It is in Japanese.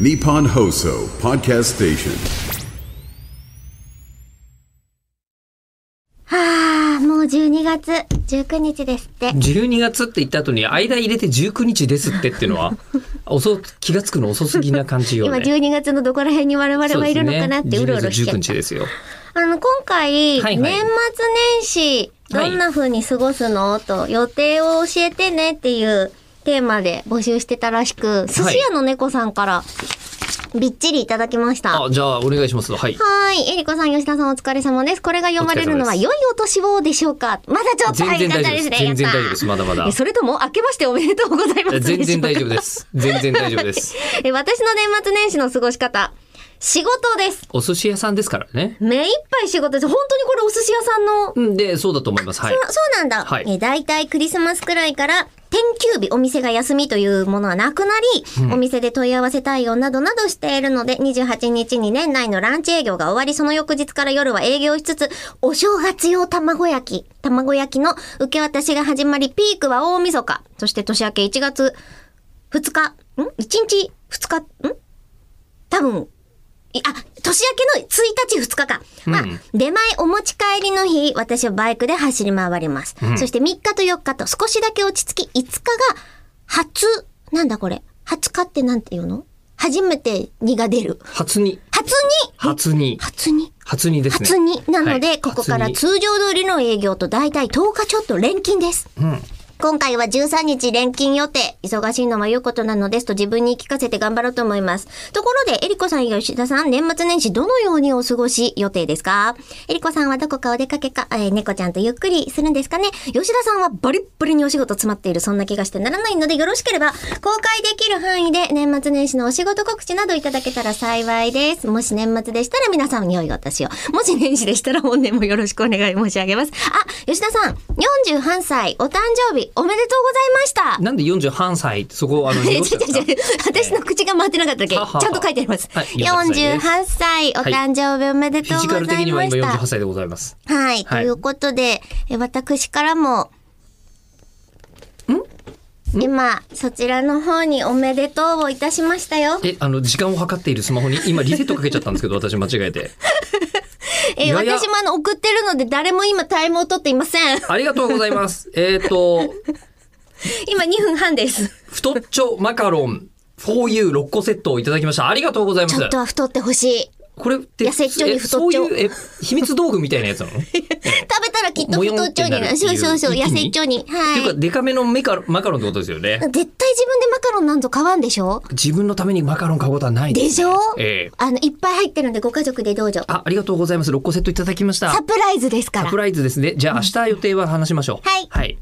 Nippon Hoso Podcast Station. ああ、もう12月19日ですって。 12月って言った後に間入れて19日ですってっていう のは遅気がつくの遅すぎな感じよ今ね。 12月のどこら辺に我々はいるのかなってうろうろして19日た。ですよ。あの、今回、はいはい年末年始、どんな風に過ごすのと、予定を教えてねっていうテーマで募集してたらしく、寿司屋の猫さんから、びっちりいただきました。あ、じゃあお願いします。はい。はーい。えりこさん、吉田さん、お疲れ様です。これが読まれるのは、お疲れ様です良いお年をでしょうかまだちょっと全然はい大よかった丈夫です。ね全然やった大丈夫です。まだまだえ。それとも、明けましておめでとうございますでしょうか。全然大丈夫です。全然大丈夫です。 え私の年末年始の過ごし方。仕事です。お寿司屋さんですからね。目いっぱい仕事です。本当にこれお寿司屋さんの、うんで、そうだと思います。はい。そそうなんだ。はいえ大体クリスマスくらいから、天休日お店が休みというものはなくなり、お店で問い合わせ対応などなどしているので、28日に年内のランチ営業が終わり、その翌日から夜は営業しつつ、お正月用卵焼き、卵焼きの受け渡しが始まり、ピークは大晦日、そして年明け1月2日、ん ?1 日2日、ん多分、いあ、年明けの1日2日か。まあ、出前お持ち帰りの日、私はバイクで走り回ります。そして3日と4日と少しだけ落ち着き、5日が初、なんだこれ。初日ってなんて言うの初めて荷が出る。初に、初に初に、初に初にですね。初になので、はいここから初通に常通りの営業と大体10日ちょっと連勤です。今回は13日連勤予定。忙しいのは良いことなのですと自分に言い聞かせて頑張ろうと思います。ところで、えりこさん、吉田さん、年末年始どのようにお過ごし予定ですかえりこさんはどこかお出かけか、えー猫ちゃんとゆっくりするんですかね吉田さんはバリッバリにお仕事詰まっている、そんな気がしてならないので、よろしければ、公開できる範囲で年末年始のお仕事告知などいただけたら幸いです。もし年末でしたら皆さんに良いお年を。もし年始でしたら本年もよろしくお願い申し上げます。あ、吉田さん、48歳、お誕生日おめでとうございました。なんで48歳ってそこ、あ の、え違う違濁したんうですか違う私の口が回ってなかっただけ、ちはははゃんと書いてあります。はい48歳、おはい誕生日おめでフとうィごジざカいルました。的には今48歳でございます。はい、はといいうことで、え私からも、今、そちらの方におめでとうをいたしましたよ。え、あの、時間を計っているスマホに今リセットかけちゃったんですけど、私間違えて。えいやいや私もあの、送ってるので、誰も今タイムを取っていません。ありがとうございます。えっ、と、今2分半です。太っちょマカロン 4U6 個セットをいただきました。ありがとうございまちょすっ。とは太ってほしい。これって、痩せっちょにえ太っちょそういう、え、秘密道具みたいなやつな のって食いべたらきっと太っちょになもよんってなるっる。てそいううそうそう、一気痩にせっちょに。はうか、い。デカめのメカマカロンってことですよね。絶対自分でマカロンなんぞ買わんでしょ自分のためにマカロン買うことはないでしょええあの、いっぱい入ってるんで、ご家族でどうぞ。あ、ありがとうございます。6個セットいただきました。サプライズですからサプ。ライズですね。じゃあ明日予定は話しましょう。はいはい。